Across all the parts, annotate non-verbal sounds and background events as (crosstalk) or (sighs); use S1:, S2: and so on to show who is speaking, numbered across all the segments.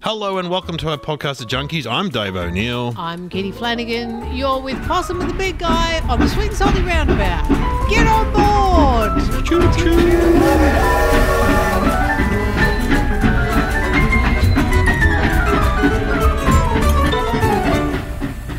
S1: Hello and welcome to our podcast, The Junkies. I'm Dave O'Neill.
S2: I'm Kitty Flanagan. You're with Possum and the Big Guy on the Sweet and Salty Roundabout. Get on board!
S1: Choo choo.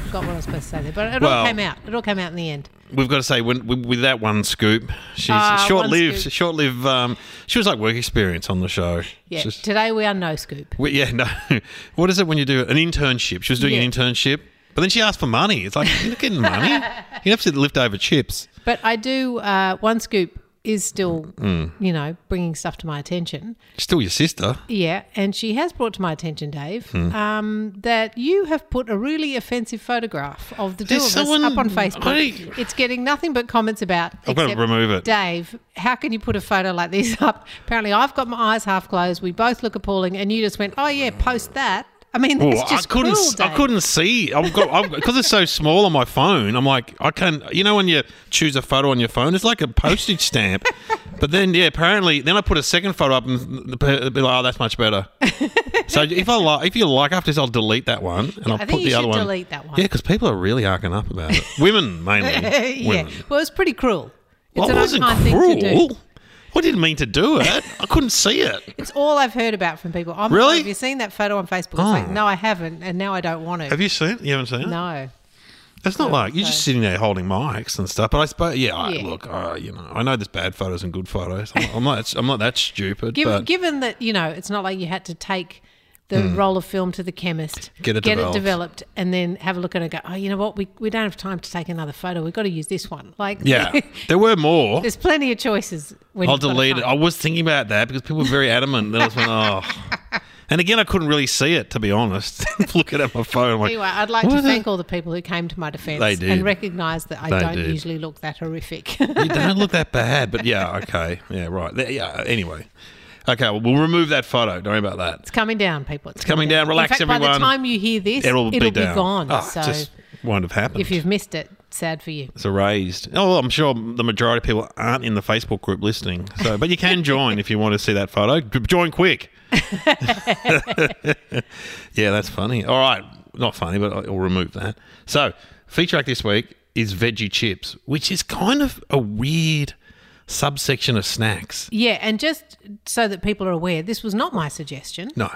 S2: Forgot what I was supposed to say there, but it
S1: Well-
S2: all came out. It all came out in the end.
S1: We've got to say, when, with with that one scoop, she's
S2: Ah, one
S1: short-lived.
S2: scoop.
S1: Short-lived. Um, she was like work experience on the show.
S2: Yeah.
S1: Just-
S2: Today we are no scoop.
S1: we- yeah. No. (laughs) What is it when you do an internship? She was doing
S2: Yeah.
S1: an internship, but then she asked for money. It's like you're not getting
S2: (laughs)
S1: money. You have to lift over chips.
S2: But I do. Uh, one scoop is still,
S1: Mm.
S2: you know, bringing stuff to my attention.
S1: Still your sister.
S2: Yeah, and she has brought to my attention, Dave,
S1: Hmm.
S2: um, that you have put a really offensive photograph of the two
S1: There's
S2: of us
S1: someone-
S2: up on Facebook.
S1: I-
S2: It's getting nothing but comments about.
S1: I've got to
S2: except,
S1: remove it.
S2: Dave, how can you put a photo like this (laughs) up? Apparently, I've got my eyes half closed. We both look appalling, and you just went, "Oh yeah, post that." I mean,
S1: Oh,
S2: it's
S1: I
S2: just
S1: couldn't.
S2: cruel,
S1: s- I
S2: Dave.
S1: couldn't see. I've got I've, because it's so small on my phone. I'm like I can. You know when you choose a photo on your phone, it's like a postage
S2: (laughs)
S1: stamp. but then yeah, apparently then I put a second photo up and the pe- it'd be like, oh, that's much
S2: (laughs)
S1: better. so if I like, if you like after this, I'll delete that one and I'll
S2: I think
S1: put
S2: you
S1: the
S2: should
S1: other one.
S2: delete that one.
S1: Yeah, because people are really arcing up about it.
S2: (laughs)
S1: Women mainly.
S2: yeah.
S1: Women.
S2: Well, it's pretty cruel. It's
S1: Well,
S2: an
S1: I wasn't
S2: unkind thing to do.
S1: cruel. I didn't mean to do it. I couldn't see it.
S2: It's all I've heard about from people. I'm
S1: Really? Oh.
S2: Have you seen that photo on Facebook? It's like, no, I haven't, and now I don't want to.
S1: Have you seen it? You haven't seen it?
S2: no.
S1: It's not like you're just sitting there holding mics and stuff. But I suppose, yeah, I,
S2: Yeah.
S1: look, uh, you know, I know there's bad photos and good photos. I'm, I'm not, I'm not that stupid.
S2: Given,
S1: but Hmm.
S2: given that you know, it's not like you had to take the roll of film to the chemist,
S1: Get it developed.
S2: developed, and then have a look at it. and Go, oh, you know what? We, we don't have time to take another photo. We've got to use this one. Like, (laughs)
S1: yeah, there were more.
S2: there's plenty of choices. When
S1: I'll
S2: you've got a
S1: delete it.
S2: phone.
S1: I was thinking about that because people were very adamant. Then I was
S2: (laughs)
S1: like, oh. And again, I couldn't really see it to be honest. (laughs) Looking at Oh my phone, I'm like,
S2: Anyway, I'd like to
S1: "What the-
S2: thank all the people who came to my defence
S1: They did.
S2: and recognise that I
S1: They
S2: don't
S1: did.
S2: usually look that horrific. (laughs)
S1: you don't look that bad. But yeah, okay, yeah, right. There- Yeah. Anyway, okay, well, we'll remove that photo. Don't worry about that.
S2: It's coming down, people. It's,
S1: coming down. Relax,
S2: In fact, By
S1: everyone.
S2: the time you hear this,
S1: It'll,
S2: it'll,
S1: be, down.
S2: gone.
S1: Ah,
S2: so
S1: just won't have happened.
S2: if you've missed it, sad for you.
S1: It's erased. Oh, I'm sure the majority of people aren't in the Facebook group listening. So, but you can join if you want to see that photo. J- Join quick. (laughs) yeah, that's funny. All right, not funny, but I- I'll remove that. So, feature act this week is veggie chips, which is kind of a weird subsection of snacks.
S2: Yeah, and just so that people are aware, this was not my suggestion.
S1: No,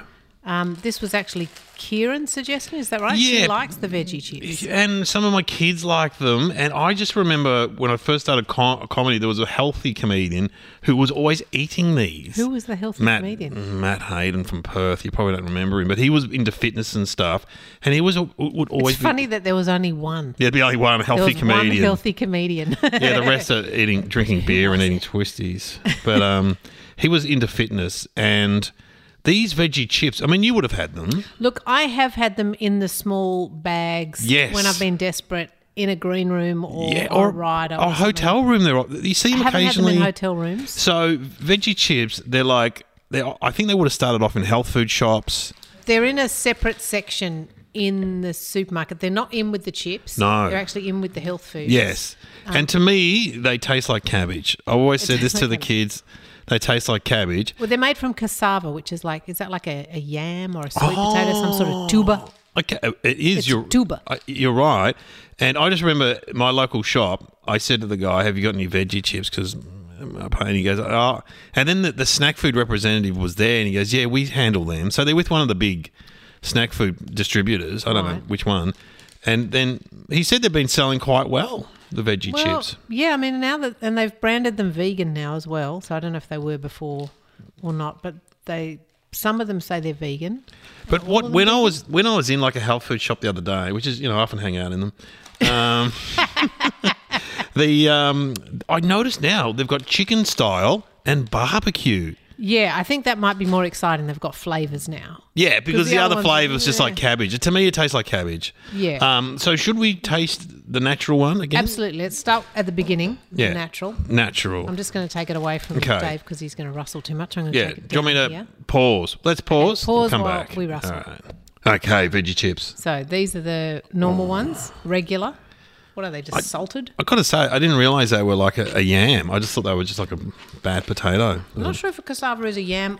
S2: Um, this was actually Kieran's suggestion. Is that right?
S1: Yeah.
S2: She likes the veggie chips.
S1: and some of my kids like them. And I just remember when I first started com- comedy, there was a healthy comedian who was always eating these.
S2: Who was the healthy
S1: Matt,
S2: comedian?
S1: Matt Hayden from Perth. You probably don't remember him, but he was into fitness and stuff, and he was would always
S2: It's funny
S1: Be,
S2: that there was only one.
S1: there'd be oh, only one
S2: There
S1: healthy
S2: was
S1: comedian.
S2: one healthy comedian.
S1: (laughs) yeah, the rest
S2: (laughs)
S1: are eating, drinking beer and eating twisties. But um, he was into fitness, and These veggie chips. I mean, you would have had them.
S2: Look, I have had them in the small bags
S1: Yes.
S2: when I've been desperate in a green room or,
S1: yeah,
S2: or a ride or
S1: a
S2: something.
S1: Oh, hotel room. They're you see
S2: I
S1: them
S2: haven't had them
S1: occasionally.
S2: in hotel rooms.
S1: so veggie chips. They're like. They, I think they would have started off in health food shops.
S2: They're in a separate section in the supermarket. They're not in with the chips.
S1: No.
S2: They're actually in with the health foods.
S1: Yes. and to me, they taste like cabbage. I always said this
S2: Um, tastes
S1: to
S2: like
S1: the
S2: cabbage.
S1: kids. They taste like cabbage.
S2: Well, they're made from cassava, which is like, is that like a, a yam or a sweet potato, some sort of tuber?
S1: Oh, Okay, Uh, it is
S2: It's
S1: your
S2: tuber.
S1: I- You're right, and I just remember my local shop. I said to the guy, "Have you got any veggie chips?" Because my pain. He goes, "Oh," and then the, the snack food representative was there, and he goes, "Yeah, we handle them." So they're with one of the big snack food distributors. I don't know
S2: Right.
S1: which one. And then he said they've been selling quite well the veggie
S2: Well,
S1: chips.
S2: yeah, I mean, now that, and they've branded them vegan now as well. So I don't know if they were before or not, but they, some of them say they're vegan.
S1: But what when I was when I was in like a health food shop the other day, which is you know I often hang out in them. Um, (laughs) the um, I noticed now they've got chicken style and barbecue.
S2: Yeah, I think that might be more exciting. They've got flavors now.
S1: Yeah, because the,
S2: the other
S1: other
S2: ones-
S1: flavour is just like
S2: yeah.
S1: cabbage. To me, it tastes like cabbage.
S2: Yeah.
S1: Um, so should we taste the natural one again?
S2: Absolutely. Let's start at the beginning. the
S1: Yeah.
S2: Natural.
S1: Natural.
S2: I'm just going to take it away from
S1: Okay.
S2: Dave because he's going to rustle too much. I'm going to
S1: yeah.
S2: take
S1: Do
S2: it
S1: you want me
S2: down
S1: to
S2: here.
S1: pause? Let's pause.
S2: pause
S1: we'll come
S2: while
S1: back.
S2: we rustle.
S1: All right. Okay, veggie chips.
S2: So these are the normal ones, regular. What are they? Just salted?
S1: Mm. I gotta say, I didn't realise they were like a, a yam. I just thought they were just like a bad potato.
S2: I'm not sure if a cassava is a yam.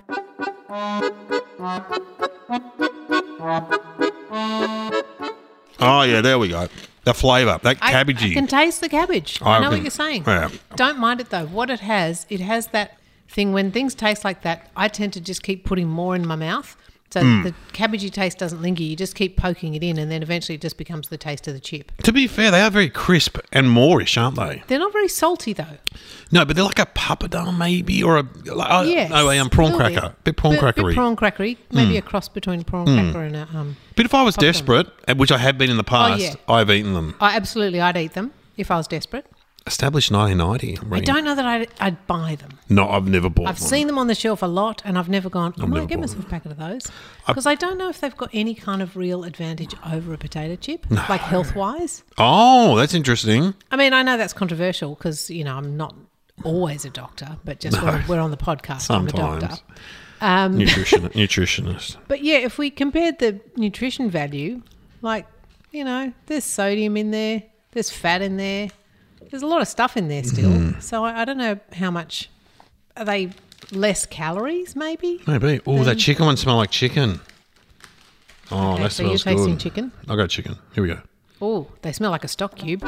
S1: Oh yeah, there we go. The flavour, that
S2: I,
S1: cabbagey.
S2: I can taste the cabbage.
S1: I
S2: I, know what
S1: can-
S2: you're saying.
S1: yeah.
S2: Don't mind it though. What it has, it has that thing when things taste like that, I tend to just keep putting more in my mouth. So
S1: Mm.
S2: the cabbagey taste doesn't linger. You just keep poking it in and then eventually it just becomes the taste of the chip.
S1: to be fair, they are very crisp and moorish, aren't they?
S2: They're not very salty though.
S1: No, but they're like a papadum maybe, or a like, oh,
S2: Yes.
S1: oh, a um, prawn
S2: a little
S1: cracker, bit prawn crackery. Mm.
S2: Bit prawn crackery. Maybe a cross between prawn cracker and a. Um,
S1: but if I was desperate, and which I have been in the past,
S2: Oh, yeah.
S1: I've eaten them.
S2: I absolutely, I'd eat them if I was desperate.
S1: Established 1990. I'm
S2: I
S1: reading.
S2: don't know that I'd, I'd buy them.
S1: No, I've never bought.
S2: I've
S1: one.
S2: seen them on the shelf a lot, and I've never gone. I
S1: never
S2: might
S1: bought
S2: give myself a packet of those because I don't know if they've got any kind of real advantage over a potato chip, like health wise.
S1: Oh, that's interesting.
S2: I mean, I know that's controversial because you know I'm not always a doctor, but just when we're on the podcast, I'm a
S1: Sometimes.
S2: doctor. Um, (laughs)
S1: Nutrition, nutritionist.
S2: But yeah, if we compared the nutrition value, like, you know, there's sodium in there, there's fat in there, there's a lot of stuff in there still.
S1: Mm-hmm.
S2: So I, I don't know how much. Are they less calories, maybe?
S1: Maybe. Oh, that
S2: Then-
S1: chicken one smell like chicken. Oh,
S2: Um, Okay,
S1: that
S2: so you're
S1: smells
S2: tasting
S1: good.
S2: chicken.
S1: I got chicken. Here we go.
S2: Oh, they smell like a stock cube.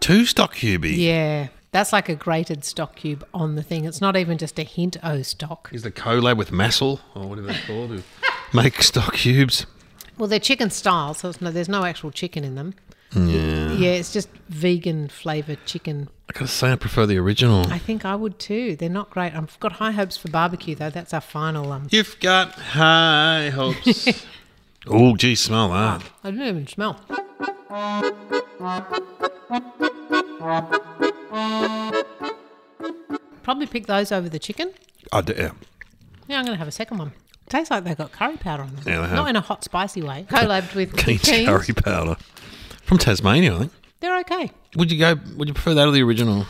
S1: Two stock cubie.
S2: Yeah, that's like a grated stock cube on the thing. It's not even just a hint o stock.
S1: Is the collab with Massel or whatever they're called who (laughs) make stock cubes?
S2: Well, they're chicken style, so it's no, there's no actual chicken in them. Yeah. Yeah, it's just vegan flavored chicken.
S1: I gotta say, I prefer the original.
S2: I think I would too. They're not great. I've got high hopes for barbecue though. That's our final um.
S1: You've got high hopes. (laughs) oh, gee, smell that.
S2: I didn't even smell. Probably pick those over the chicken.
S1: I d- yeah.
S2: Yeah, I'm going to have a second one. Tastes like they've got curry powder on them.
S1: Yeah, they have.
S2: Not in a hot, spicy way. (laughs) Collabed with
S1: Keen
S2: Keen's.
S1: curry powder from Tasmania, I think.
S2: They're okay.
S1: Would you go? Would you prefer that or the original?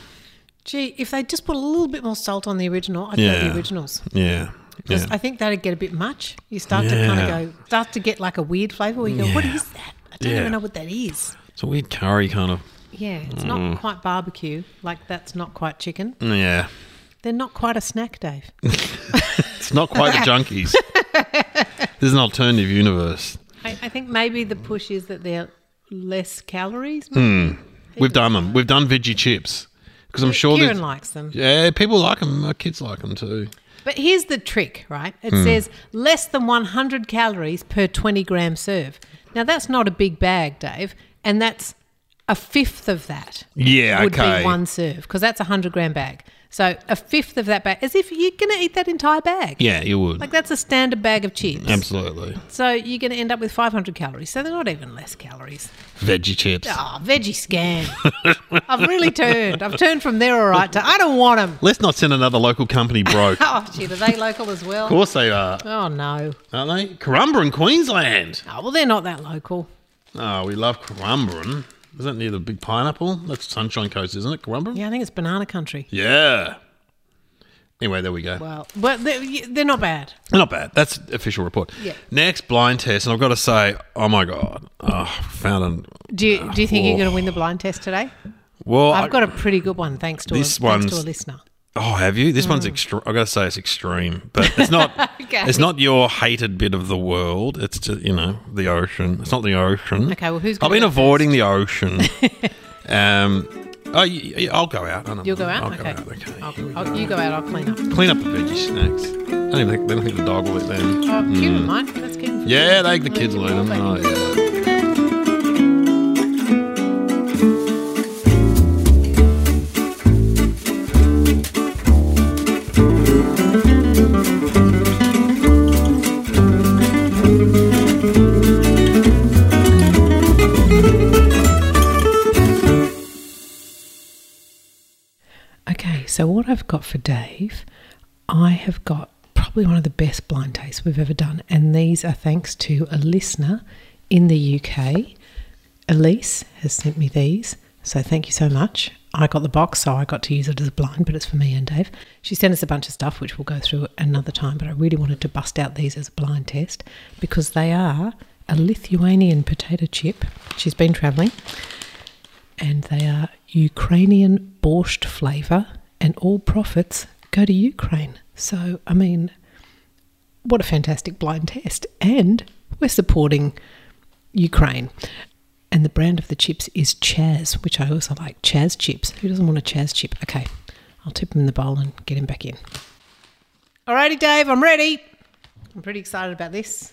S2: Gee, if they just put a little bit more salt on the original, I'd go
S1: Yeah.
S2: the originals.
S1: Yeah.
S2: Because
S1: Yeah.
S2: I think that'd get a bit much. You start to kind
S1: Yeah.
S2: of go, start to get like a weird flavour where you go, what
S1: Yeah.
S2: is that? I don't
S1: Yeah.
S2: even know what that is.
S1: it's a weird curry kind of.
S2: Yeah, it's
S1: Mm.
S2: not quite barbecue. Like that's not quite chicken.
S1: Yeah.
S2: They're not quite a snack, Dave.
S1: It's not quite the junkies. There's an alternative universe.
S2: (laughs) I, I think maybe the push is that they're less calories.
S1: Hmm, We've done them. We've done veggie chips because I'm sure
S2: Kieran
S1: there's.
S2: likes them.
S1: Yeah, people like them. My kids like them too.
S2: But here's the trick, right? It
S1: Hmm.
S2: says less than 100 calories per 20 gram serve. Now that's not a big bag, Dave, and that's a fifth of that
S1: Yeah,
S2: would
S1: okay.
S2: be one serve because that's a 100 gram bag. So a fifth of that bag, as if you're going to eat that entire bag.
S1: Yeah, you would.
S2: Like that's a standard bag of chips.
S1: Absolutely.
S2: So you're going to end up with 500 calories. So they're not even less calories.
S1: Veggie chips.
S2: Ah, veggie
S1: (laughs)
S2: scam. I've really turned. I've turned from there all right to I don't want them.
S1: Let's not send another local company broke. of
S2: (laughs) Oh, shit. Are they local as well?
S1: course they are,
S2: Oh, no.
S1: aren't they? Corumba in Queensland.
S2: Oh, well, they're not that local.
S1: Oh, we love Corumba. Isn't that near the big pineapple? That's Sunshine Coast, isn't it? Corumba?
S2: Yeah, I think it's banana country.
S1: Yeah. Anyway, there we go.
S2: Well, but they're, they're not bad.
S1: Not bad. That's official report.
S2: Yeah.
S1: Next blind test, and I've got to say, oh my god, oh, found an.
S2: Do you, do you think you're
S1: Oh.
S2: going to win the blind test today?
S1: Well,
S2: I've
S1: I-
S2: got a pretty good one, thanks to,
S1: This
S2: a, thanks to a
S1: one's-
S2: listener.
S1: Oh, have you? This one's extreme. I've got to say it's extreme, but it's not.
S2: Mm. (laughs) Okay.
S1: It's not your hated bit of the world. It's just you know the ocean. It's not the ocean.
S2: Okay, well, who's
S1: I've
S2: gonna
S1: been
S2: go
S1: avoiding the
S2: (laughs)
S1: ocean. um, oh, y- y- I'll go out. I don't
S2: You'll go
S1: mind.
S2: out?
S1: I'll
S2: okay.
S1: go out. Okay.
S2: I'll- I'll- you go out, I'll clean up.
S1: Clean up the veggie snacks. I don't even think, I don't think the dog will eat them.
S2: Oh, keep in mind, that's getting
S1: Hmm. Yeah, they the kids will eat them. Oh, yeah.
S2: Okay, so what I've got for Dave, I have got probably one of the best blind tastes we've ever done, and these are thanks to a listener in the UK. Elise has sent me these, so thank you so much. I got the box, so I got to use it as a blind, but it's for me and Dave. She sent us a bunch of stuff, which we'll go through another time, but I really wanted to bust out these as a blind test because they are a Lithuanian potato chip. She's been travelling and they are Ukrainian borscht flavour, and all profits go to Ukraine. So, I mean, what a fantastic blind test! And we're supporting Ukraine. And the brand of the chips is Chaz, which I also like. Chaz chips. Who doesn't want a Chaz chip? Okay, I'll tip him in the bowl and get him back in. Alrighty, Dave, I'm ready. I'm pretty excited about this.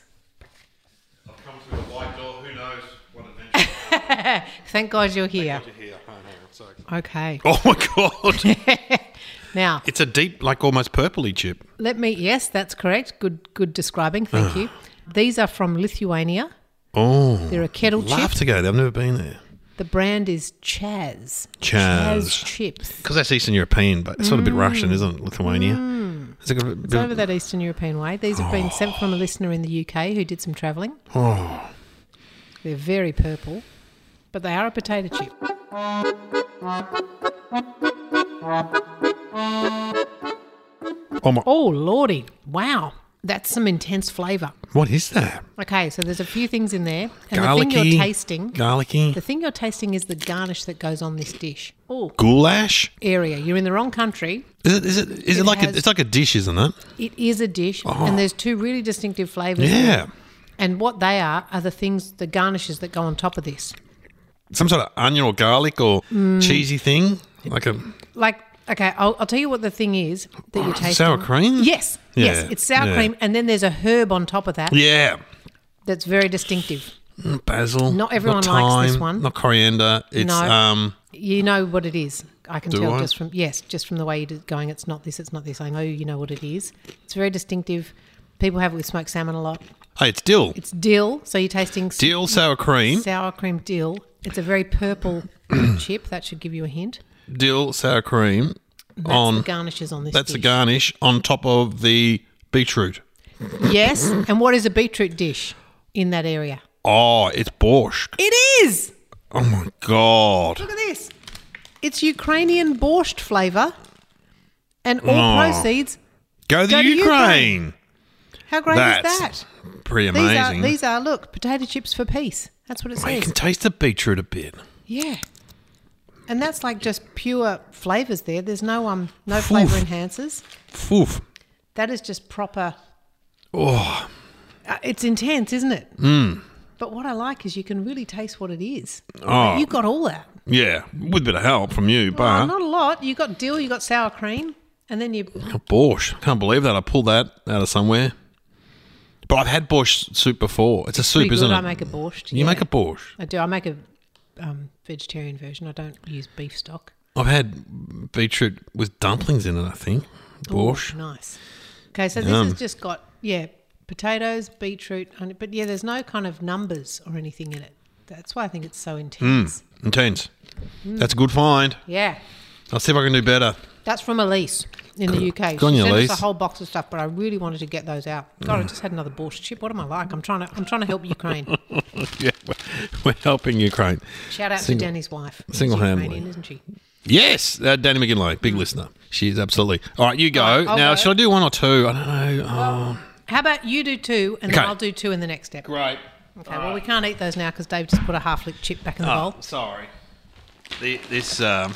S1: I've come through a white door. Who knows what adventure
S2: Thank God you're here.
S1: you're here. I don't know. It's so exciting.
S2: Okay.
S1: Oh my god! (laughs)
S2: Now,
S1: it's a deep, like almost purpley chip.
S2: Let me. Yes, that's correct. Good, good describing. Thank you. These are from Lithuania.
S1: Oh,
S2: They're a kettle chip.
S1: love to go there. I've never been there.
S2: The brand is Chaz.
S1: Chaz.
S2: chips.
S1: Because that's Eastern European, but it's sort of a bit Russian, isn't it? Lithuania. It's like a bit-
S2: Mm. It's over that Eastern European way. These have been sent from a listener in the UK who did some travelling.
S1: Oh,
S2: They're very purple, but they are a potato chip.
S1: oh my!
S2: Oh lordy! Wow, that's some intense flavour.
S1: What is that?
S2: Okay, so there's a few things in there, and
S1: Garlicky.
S2: the thing you're tasting.
S1: Garlicky.
S2: The thing you're tasting is the garnish that goes on this dish. Oh,
S1: Goulash.
S2: area. You're in the wrong country.
S1: Is it? Is it? Is it,
S2: It
S1: like
S2: has-
S1: a? It's like a dish, isn't it?
S2: It is a dish, and there's two really distinctive flavors.
S1: Oh. Yeah.
S2: And what they are are the things, the garnishes that go on top of this.
S1: Some sort of onion or garlic or
S2: Mm.
S1: cheesy thing, like a
S2: Like, okay, I'll, I'll tell you what the thing is that you're tasting.
S1: sour cream.
S2: Yes, yes,
S1: Yeah,
S2: it's sour
S1: yeah.
S2: cream, and then there's a herb on top of that
S1: Yeah.
S2: that's very distinctive.
S1: Mm, Basil.
S2: Not everyone likes this
S1: thyme,
S2: one.
S1: Not coriander. It's
S2: No.
S1: um.
S2: You know what it is. I can
S1: Do
S2: tell
S1: I?
S2: just from yes, just from the way you're going. It's not this. It's not this. I know you know what it is. It's very distinctive. People have it with smoked salmon a lot.
S1: Hey, it's dill.
S2: It's dill, so you're tasting s-
S1: dill sour cream.
S2: sour cream dill. It's a very (clears throat) purple chip. That should give you a hint.
S1: Dill sour cream.
S2: That's the
S1: on
S2: garnishes on this.
S1: that's the
S2: dish.
S1: garnish on top of the beetroot.
S2: Yes. And what is a beetroot dish in that area?
S1: Oh, it's borscht.
S2: It is.
S1: Oh my god.
S2: Look at this. It's Ukrainian borscht flavour, and all
S1: Oh.
S2: proceeds.
S1: Go to
S2: Go to
S1: Ukraine.
S2: How great
S1: That's
S2: is that?
S1: pretty
S2: These
S1: amazing.
S2: are these are look potato chips for peace. That's what it
S1: Oh, you
S2: says.
S1: can taste the beetroot a bit.
S2: Yeah. And that's like just pure flavours there. There's no um no flavour enhancers.
S1: Oof.
S2: That is just proper.
S1: Oh,
S2: Uh, it's intense, isn't it?
S1: Hmm.
S2: But what I like is you can really taste what it is.
S1: Oh.
S2: You got all that.
S1: yeah. With a bit of help from you,
S2: Oh,
S1: but
S2: not a lot. You got dill, you got sour cream, and then you.
S1: borscht. Can't believe that I pulled that out of somewhere. But I've had borscht soup before. It's a soup,
S2: Pretty
S1: isn't
S2: good.
S1: it?
S2: I make a borscht.
S1: you
S2: yeah.
S1: make a borscht.
S2: I do. I make a um, vegetarian version. I don't use beef stock.
S1: I've had beetroot with dumplings in it. I think borscht.
S2: Nice. Okay, so this
S1: Yum.
S2: has just got yeah potatoes, beetroot, and- but yeah, there's no kind of numbers or anything in it. That's why I think it's so intense.
S1: Hmm. Intense. That's a good find.
S2: Yeah,
S1: I'll see if I can do better. (laughs)
S2: that's from Elise in the UK.
S1: on
S2: she
S1: you,
S2: sent
S1: Elise.
S2: us a whole box of stuff, but I really wanted to get those out. God,
S1: Mm.
S2: I just had another borscht chip. What am I like? I'm trying to I'm trying to
S1: (laughs)
S2: help Ukraine.
S1: yeah, we're- we're helping Ukraine.
S2: Shout out
S1: Single-
S2: to Danny's wife. She's
S1: single-handedly.
S2: Ukrainian, isn't she?
S1: Yes, uh, Danny McGinley, big listener. She is absolutely. All right, you go.
S2: Mm. All right, I'll
S1: now,
S2: go.
S1: should I do one or two? I don't know. Oh.
S2: How about you do two, and then
S1: Okay.
S2: I'll do two in the next step. Okay.
S1: Great.
S2: Well, we can't eat those now because Dave just put a half licked chip back in the
S1: Ah.
S2: bowl.
S1: Uh-huh. sorry. The, this. Um...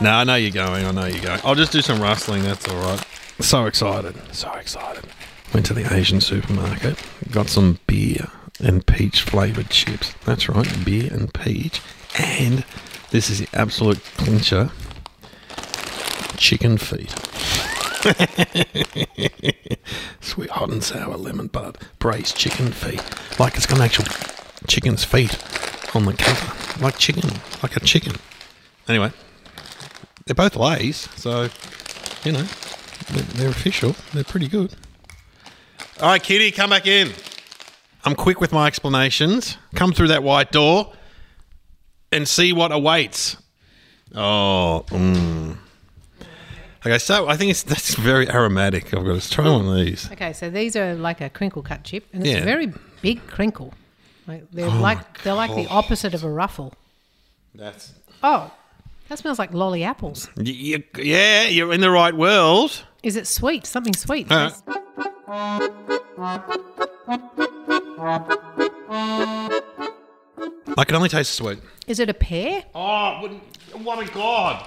S1: no, I know you're going. I know you're going. I'll just do some rustling. That's all right. So excited. So excited. Went to the Asian supermarket. Got some beer and peach flavored chips. That's right, beer and peach. And this is the absolute clincher. Chicken feet. Sweet hot and sour lemon bud, braised chicken feet. Like it's got an actual chicken's feet on the cover. Like chicken, like a chicken. Anyway, they're both Lays, so, you know, they're, they're official. They're pretty good. All right, kitty, come back in. I'm quick with my explanations. Come through that white door and see what awaits. Oh, mm. Okay, so I think it's that's very aromatic. I've got to try one of these.
S2: Okay, so these are like a crinkle cut chip, and it's
S1: Yeah. Oh
S2: a very big crinkle. Like they're like they're like the
S1: gosh.
S2: opposite of a ruffle.
S1: That's
S2: Oh, that smells like lolly apples.
S1: Y- y- yeah, you're in the right world.
S2: Is it sweet? Something sweet.
S1: Uh. I can only taste the sweet.
S2: Is it a pear?
S1: Oh, what a god!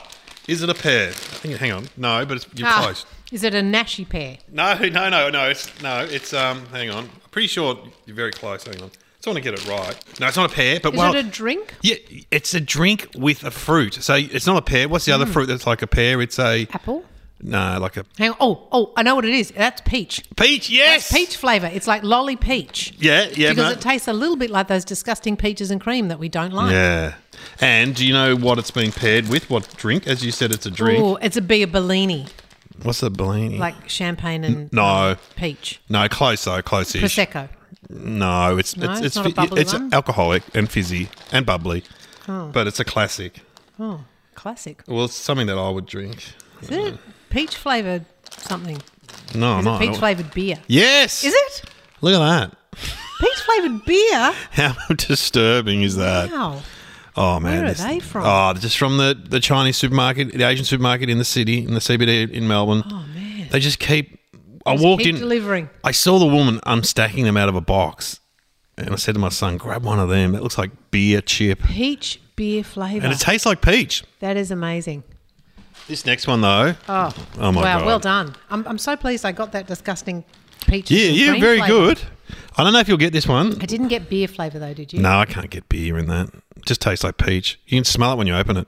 S1: Is it a pear? I think. Hang on, no, but it's, you're
S2: Ah,
S1: close.
S2: Is it a nashi pear?
S1: No, no, no, no. It's no. It's um. Hang on. I'm pretty sure you're very close. Hang on. I just want to get it right. No, it's not a pear. But
S2: Is
S1: well,
S2: it a drink?
S1: yeah, it's a drink with a fruit. So it's not a pear. What's the other
S2: Hmm.
S1: fruit that's like a pear? It's a
S2: Apple?
S1: no, like a
S2: Hang on. Oh, oh, I know what it is. That's peach.
S1: peach. Yes,
S2: It's peach flavour. It's like lolly peach.
S1: Yeah, yeah,
S2: Because
S1: no.
S2: it tastes a little bit like those disgusting peaches and cream that we don't like.
S1: Yeah. And do you know what it's being paired with? What drink? As you said, it's a drink.
S2: Ooh, it's a beer Bellini,
S1: What's a Bellini?
S2: like champagne and
S1: no.
S2: peach.
S1: No, close though, close ish.
S2: Prosecco.
S1: No, it's
S2: No,
S1: it's
S2: it's
S1: it's,
S2: not a bubbly
S1: it's
S2: one?
S1: alcoholic and fizzy and bubbly, but it's a classic.
S2: Oh, classic.
S1: Well, it's something that I would drink.
S2: Is it
S1: Mm.
S2: peach flavoured something?
S1: No, I'm
S2: Is it
S1: not.
S2: peach flavoured beer?
S1: yes.
S2: Is it?
S1: Look at that. (laughs)
S2: Peach flavoured beer?
S1: How disturbing is that?
S2: Wow.
S1: Uh, Oh man,
S2: Where are
S1: this-
S2: they from?
S1: Oh, just from the, the Chinese supermarket, the Asian supermarket in the city, in the CBD in Melbourne.
S2: Oh, man.
S1: They just keep. I
S2: Just
S1: walked
S2: keep
S1: in.
S2: delivering.
S1: I saw the woman unstacking them out of a box, and I said to my son, "Grab one of them. That looks like beer chip,
S2: Peach beer flavour.
S1: and it tastes like peach."
S2: that is amazing.
S1: This next one though.
S2: Oh,
S1: Oh, my
S2: wow.
S1: God.
S2: Well done. I'm, I'm so pleased I got that disgusting peach.
S1: yeah,
S2: and
S1: yeah,
S2: cream
S1: very
S2: flavour.
S1: good. I don't know if you'll get this one.
S2: I didn't get beer flavour though, did you?
S1: No, I can't get beer in that. It just tastes like peach. You can smell it when you open it.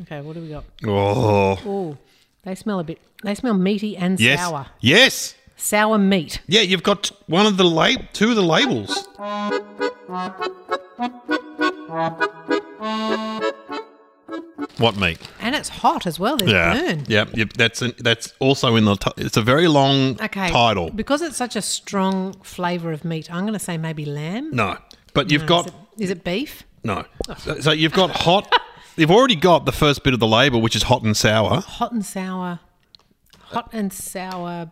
S2: Okay, what do we got?
S1: Oh,
S2: Oh, they smell a bit. They smell meaty and
S1: yes,
S2: sour.
S1: yes,
S2: Sour meat.
S1: yeah. You've got one of the lab, two of the labels. What meat?
S2: And it's hot as well. There's burn.
S1: Yep. Yep. That's an, that's also in the. T- it's a very long
S2: Okay.
S1: title.
S2: Because it's such a strong flavour of meat, I'm going to say maybe lamb.
S1: No, but you've
S2: No,
S1: got
S2: Is it, is it beef?
S1: no. So, so you've got
S2: (laughs)
S1: hot. you've already got the first bit of the label, which is hot and sour.
S2: Hot and sour. Hot and sour.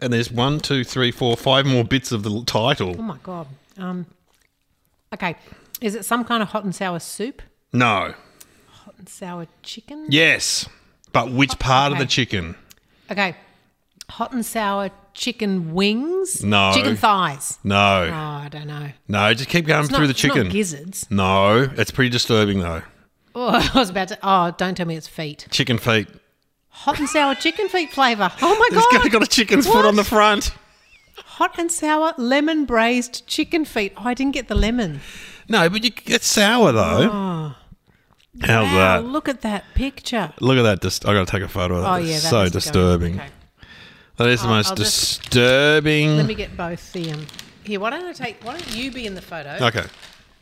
S1: And there's one, two, three, four, five more bits of the l-
S2: Oh
S1: title.
S2: my God. Um, okay. Is it some kind of hot and sour soup?
S1: No.
S2: Hot and sour chicken?
S1: Yes. But which part of the
S2: Oh, okay.
S1: chicken?
S2: Okay. Hot and sour chicken wings?
S1: No.
S2: Chicken thighs?
S1: No.
S2: Oh, I don't know.
S1: No. Just keep going
S2: It's
S1: through
S2: not-
S1: the
S2: it's not
S1: chicken.
S2: gizzards.
S1: no. It's pretty disturbing though.
S2: Oh, (laughs) I was about to. Oh, don't tell me it's feet.
S1: Chicken feet.
S2: Hot and sour chicken feet flavour. Oh
S1: (laughs)
S2: my
S1: It's
S2: Oh God.
S1: got, got a chicken's foot on
S2: What?
S1: the front.
S2: Hot and sour lemon braised chicken feet. Oh, I didn't get the lemon.
S1: No, but you, it's sour though.
S2: Oh.
S1: How's
S2: Wow,
S1: that?
S2: look at that picture.
S1: Look at that! Just I got to take a photo of that.
S2: Oh
S1: It's
S2: yeah, that
S1: so
S2: has to go.
S1: disturbing.
S2: Okay.
S1: That is the most
S2: I'll just-
S1: disturbing.
S2: Let me get both the um. Here, why don't I take? Why don't you be in the photo
S1: okay.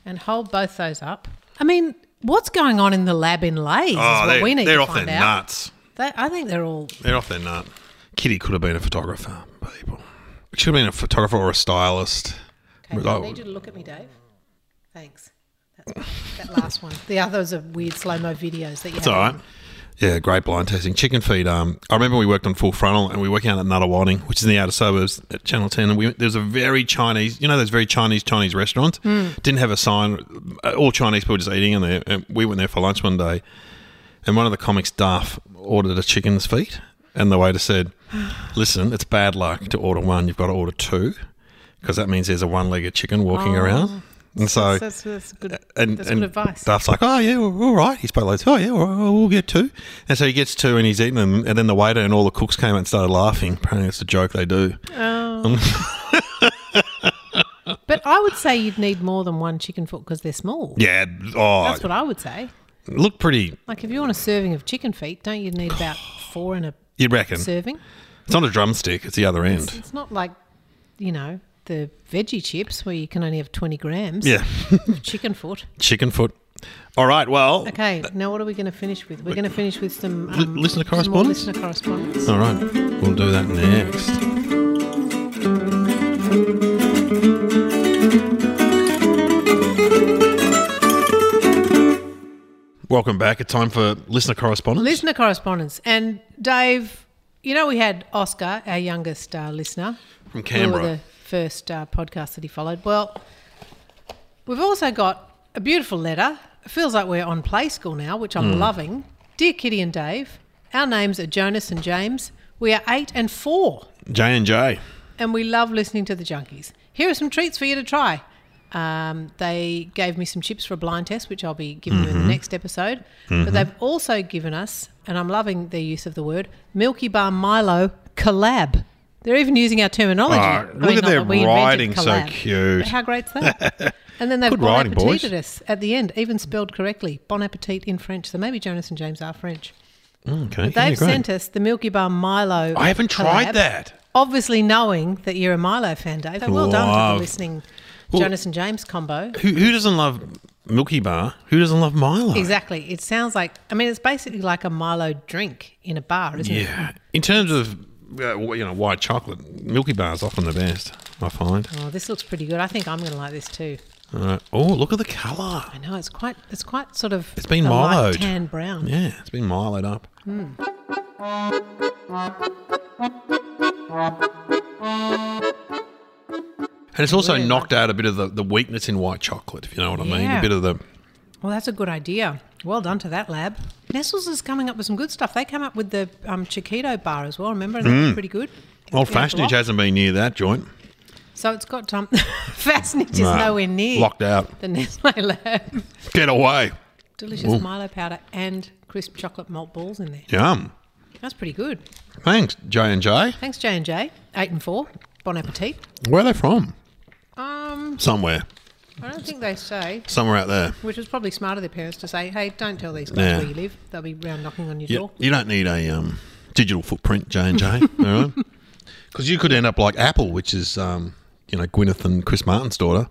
S2: and hold both those up? I mean, What's going on in the lab in Lays is what
S1: they,
S2: we need
S1: Oh, they're
S2: to
S1: off their
S2: find out.
S1: nuts.
S2: They, I think they're all.
S1: They're off their nut. Kitty could have been a photographer, people. She could have been a photographer or a stylist.
S2: Okay, I
S1: Oh,
S2: need you to look at me, Dave. Thanks. That, that last one. The others are weird slow mo videos that you
S1: It's all right. Yeah, great blind testing. Chicken feed. Um, I remember we worked on Full Frontal and we worked out at Nutter Whiting, which is in the outer suburbs at Channel 10. And we went- there was a very Chinese, you know, those very Chinese, Chinese restaurants. Didn't have a sign. Uh, All Chinese people just eating in there. And we went there for lunch one day. And one of the comics, Duff, ordered a chicken's feet. And the waiter said, Listen, it's bad luck to order one. You've got to order two because that means there's a one legged chicken walking around. And so.
S2: That's, that's, that's good.
S1: And,
S2: that's
S1: and
S2: good advice.
S1: Duff's like, oh, yeah, well, all right. He's probably like, oh, yeah, all right, we'll get two. And so he gets two and he's eating them. And then the waiter and all the cooks came out and started laughing. Apparently, it's a joke they do.
S2: Oh.
S1: (laughs)
S2: But I would say you'd need more than one chicken foot because they're small.
S1: Yeah. Oh,
S2: That's what I would say.
S1: look pretty,
S2: Like if you want a serving of chicken feet, don't you
S1: (sighs)
S2: need about four in a
S1: you reckon.
S2: serving?
S1: It's not a drumstick, it's the other end.
S2: It's not like, you know, the veggie chips where you can only have 20 grams
S1: Yeah. (laughs)
S2: of chicken foot.
S1: Chicken foot. All right. Well,
S2: Okay, now what are we going to finish with? We're going to finish with some
S1: Li-
S2: um,
S1: listener
S2: some more
S1: correspondence?
S2: listener correspondence.
S1: all right. We'll do that next. Welcome back. It's time for listener correspondence.
S2: Listener correspondence. And Dave, you know, we had Oscar, our youngest uh, listener.
S1: From
S2: We were
S1: Canberra.
S2: the first uh, podcast that he followed. Well, we've also got a beautiful letter. It feels like we're on play school now, which
S1: Mm.
S2: I'm loving. Dear Kitty and Dave, our names are Jonas and James. We are eight and four.
S1: J and J.
S2: and we love listening to the junkies. Here are some treats for you to try. Um, they gave me some chips for a blind test, which I'll be giving
S1: Mm-hmm.
S2: you in the next episode. But they've also given us, and I'm loving their use of the word, Milky Bar Milo collab. They're even using our terminology.
S1: Ah,
S2: I
S1: look
S2: mean,
S1: at
S2: not
S1: their
S2: that we invented
S1: writing, so
S2: collab,
S1: cute.
S2: but How great's
S1: (laughs)
S2: that? and then they've
S1: Good
S2: bon
S1: writing, boys.
S2: appetited us at the end, even spelled correctly. Bon appetit in French. So maybe Jonas and James are French.
S1: Okay.
S2: They've sent us the Milky Bar Milo.
S1: I haven't tried
S2: collab
S1: that.
S2: obviously knowing that you're a Milo fan, Dave. So well done for
S1: Love.
S2: the listening
S1: Well-
S2: Jonas and James combo.
S1: Who, who doesn't love Milky Bar? Who doesn't love Milo?
S2: Exactly. It sounds like, I mean, it's basically like a Milo drink in a bar, isn't it?
S1: Yeah. In terms of uh, wh- you know white chocolate, Milky Bar is often the best. I find.
S2: Oh, this looks pretty good. I think I'm going to like this too.
S1: All right. Oh, look at the colour.
S2: I know it's quite, it's quite sort of.
S1: It's been
S2: a light
S1: Milo'd.
S2: tan brown.
S1: Yeah, it's been miloed up.
S2: Hmm.
S1: And it's also
S2: Really
S1: knocked out a bit of the, the weakness in white chocolate, if you know what I mean.
S2: Yeah.
S1: A bit of the
S2: Well, that's a good idea. Well done to that lab. Nestles is coming up with some good stuff. They came up with the um, Chiquito bar as well. Remember, that was pretty good.
S1: Mm. old fashioned, which hasn't been near that joint.
S2: So it's got um, (laughs) Fastnage is
S1: Nah,
S2: nowhere near
S1: Locked out.
S2: the Nestle lab.
S1: Get away.
S2: Delicious Milo powder and crisp chocolate malt balls in there.
S1: Yum.
S2: That's pretty good.
S1: Thanks, J and J.
S2: Thanks, J and J. Eight and four. Bon appetit.
S1: Where are they from?
S2: Um,
S1: Somewhere,
S2: I don't think they say,
S1: somewhere out there.
S2: which was probably smart of their parents to say, "Hey, don't tell these guys
S1: Yeah.
S2: where you live. They'll be round knocking on your
S1: You,
S2: door."
S1: you don't need a um, digital footprint, J and J. (laughs) All right, because you could end up like Apple, which is um, you know Gwyneth and Chris Martin's daughter.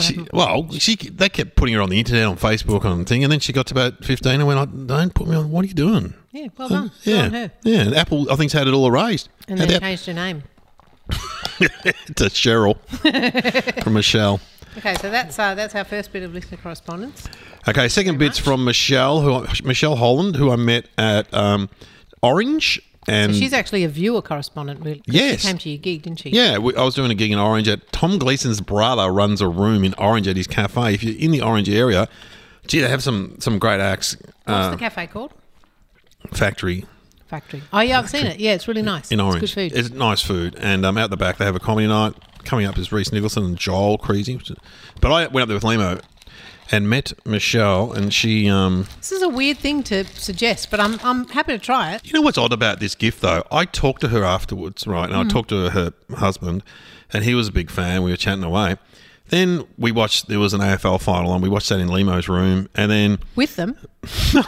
S1: She, well, she they kept putting her on the internet, on Facebook, on thing, and then she got to about fifteen and went, "Oh, "Don't put me on. What are you doing?"
S2: Yeah, well done. Good
S1: Oh, yeah,
S2: on her.
S1: yeah. and Apple, I think's had it all erased.
S2: And
S1: Had
S2: then
S1: that-
S2: changed her name.
S1: to Cheryl
S2: (laughs)
S1: from Michelle.
S2: Okay, so that's uh, that's our first bit of listener correspondence.
S1: Okay, second bit's from Michelle, who I- Michelle Holland, who I met at um, Orange, and
S2: She's actually a viewer correspondent. Really, 'cause
S1: Hmm. Yes.
S2: she came to your gig, didn't she?
S1: yeah, we, I was doing a gig in Orange. At Tom Gleason's brother runs a room in Orange at his cafe. If you're in the Orange area, gee, they have some some great acts.
S2: What's
S1: Uh,
S2: the cafe called?
S1: factory
S2: Factory. Oh yeah, I've seen it. Yeah, it's really nice.
S1: in
S2: It's
S1: Orange.
S2: good food.
S1: It's nice food, and um, out the back they have a comedy night coming up. Is Reese Nicholson and Joel Creasy? which is- But I went up there with Limo and met Michelle, and she. Um,
S2: This is a weird thing to suggest, but I'm, I'm happy to try it.
S1: You know what's odd about this gift though? I talked to her afterwards, right? And
S2: Mm.
S1: I talked to her husband, and he was a big fan. We were chatting away. Then we watched. There was an AFL final, and we watched that in Limo's room. And then
S2: With them?
S1: (laughs)
S2: No.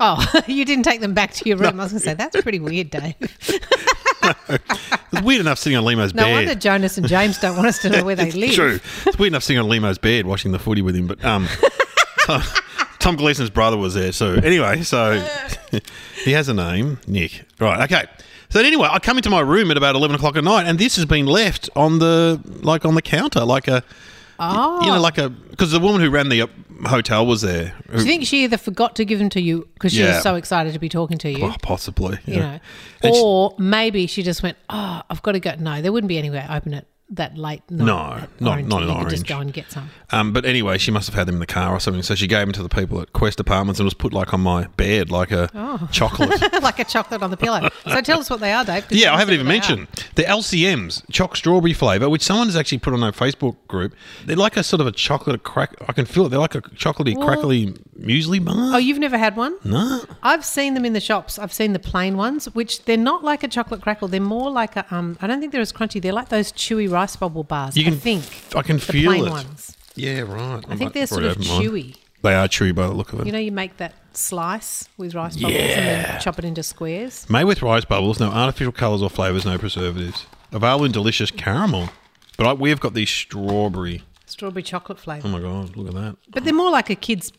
S2: Oh, (laughs) you didn't take them back to your room. I was going to say, that's pretty
S1: (laughs)
S2: weird, Dave.
S1: it was weird enough sitting on Limo's
S2: No
S1: bed.
S2: wonder Jonas
S1: (laughs)
S2: and James don't want us to know where they live.
S1: True. It's weird enough sitting on Limo's bed watching the footy with him, but um, Tom, Tom Gleason's brother was there. So anyway, so (laughs) he has a name, Nick. Right. Okay. So anyway, I come into my room at about eleven o'clock at night, and this has been left on the like on the counter, like a
S2: Oh.
S1: you know, like a because the woman who ran the uh, hotel was there. who-
S2: Do you think she either forgot to give them to you because she
S1: Yeah.
S2: was so excited to be talking to you?
S1: oh, possibly.
S2: you know,
S1: And she-
S2: or maybe she just went, "Oh, I've got to go." No, there wouldn't be any way to open it that late. Night
S1: No,
S2: at
S1: not-
S2: orange.
S1: not
S2: you
S1: an
S2: could Just
S1: orange.
S2: go and get some. (laughs)
S1: Um, but anyway, she must have had them in the car or something. So she gave them to the people at Quest Apartments and was put like on my bed, like a chocolate.
S2: like a chocolate on the pillow. So tell us what they are, Dave. 'cause
S1: Yeah,
S2: you
S1: I haven't
S2: said
S1: even
S2: what they
S1: mentioned the LCMs, chalk strawberry flavor, which someone has actually put on our Facebook group. They're like a sort of a chocolate crack. I can feel it. They're like a chocolatey,
S2: Well-
S1: crackly muesli bar.
S2: are. Oh, you've never had one?
S1: no,
S2: I've seen them in the shops. I've seen the plain ones, which they're not like a chocolate crackle. They're more like a. Um, I don't think they're as crunchy. They're like those chewy rice bubble bars.
S1: you can
S2: I think
S1: I can
S2: the
S1: feel
S2: plain
S1: it.
S2: ones.
S1: Yeah, right.
S2: I think they're sort of chewy.
S1: They are chewy by the look of it.
S2: You know, you make that slice with rice bubbles and
S1: Yeah.
S2: then chop it into squares.
S1: Made with rice bubbles, no artificial colours or flavours, no preservatives. Available in delicious caramel. But I, we've got these strawberry.
S2: Strawberry chocolate flavour.
S1: Oh my god, look at that!
S2: But they're more like a kid's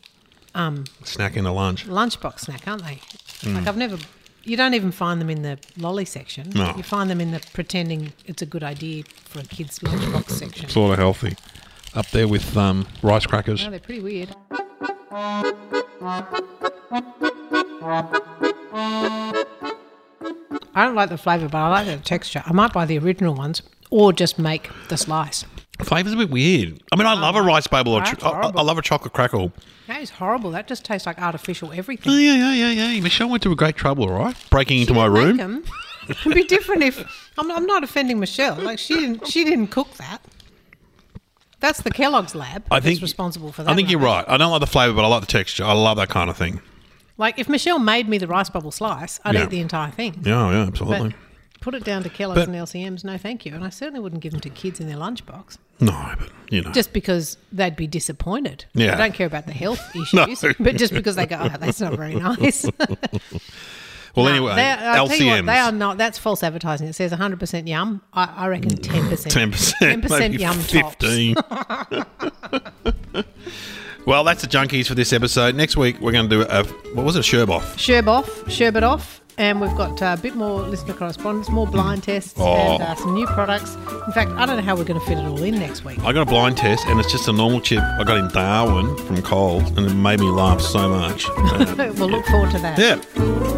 S2: um,
S1: Snack in the lunch.
S2: lunchbox snack, aren't they?
S1: Mm.
S2: Like I've never. You don't even find them in the lolly section.
S1: No.
S2: You find them in the pretending it's a good idea for a kid's lunchbox section.
S1: Sort of healthy. Up there with um, rice crackers.
S2: No, Ah, they're pretty weird. I don't like the flavour, but I like the texture. I might buy the original ones or just make the slice.
S1: Flavor's a bit weird. I mean, I love a rice bubble. Or
S2: That's
S1: ch- I, I- I
S2: horrible.
S1: love a chocolate crackle.
S2: That is horrible. That just tastes like artificial everything.
S1: Oh, yeah, yeah, yeah, yeah. Michelle went to a great trouble, right? Breaking into my room.
S2: didn't make 'em. (laughs) It'd be different if I'm, I'm not offending Michelle. Like she didn't she didn't cook that. That's the Kellogg's lab.
S1: I think
S2: that's responsible for that.
S1: I think
S2: one.
S1: you're right. I don't like the flavour, but I like the texture. I love that kind of thing.
S2: Like if Michelle made me the rice bubble slice, I'd
S1: Yeah.
S2: eat the entire thing.
S1: Yeah, yeah,
S2: But
S1: absolutely.
S2: put it down to Kellogg's
S1: But-
S2: and LCMs, no thank you. And I certainly wouldn't give them to kids in their lunchbox
S1: no, but you know,
S2: just because they'd be disappointed.
S1: Yeah.
S2: I don't care about
S1: (laughs)
S2: the health issues, but just because they go, oh, that's not very nice.
S1: well,
S2: No,
S1: anyway,
S2: they- I'll tell you what, they are
S1: LCMs,
S2: not. That's false advertising. It says 100% yum. I, I reckon 10%.
S1: Mm, (laughs) ten percent,
S2: 10%
S1: maybe
S2: yum
S1: fifteen.
S2: (laughs)
S1: well, that's the junkies for this episode. Next week we're going to do a what was it, a Sherboff?
S2: Sherb off, sherbet off, and we've got uh, a bit more listener correspondence, more blind tests,
S1: Oh.
S2: and uh, some new products. In fact, I don't know how we're going to fit it all in next week.
S1: I got a blind test, and it's just a normal chip I got in Darwin from Coles, and it made me laugh so much. Um,
S2: We'll look forward to that.
S1: yeah.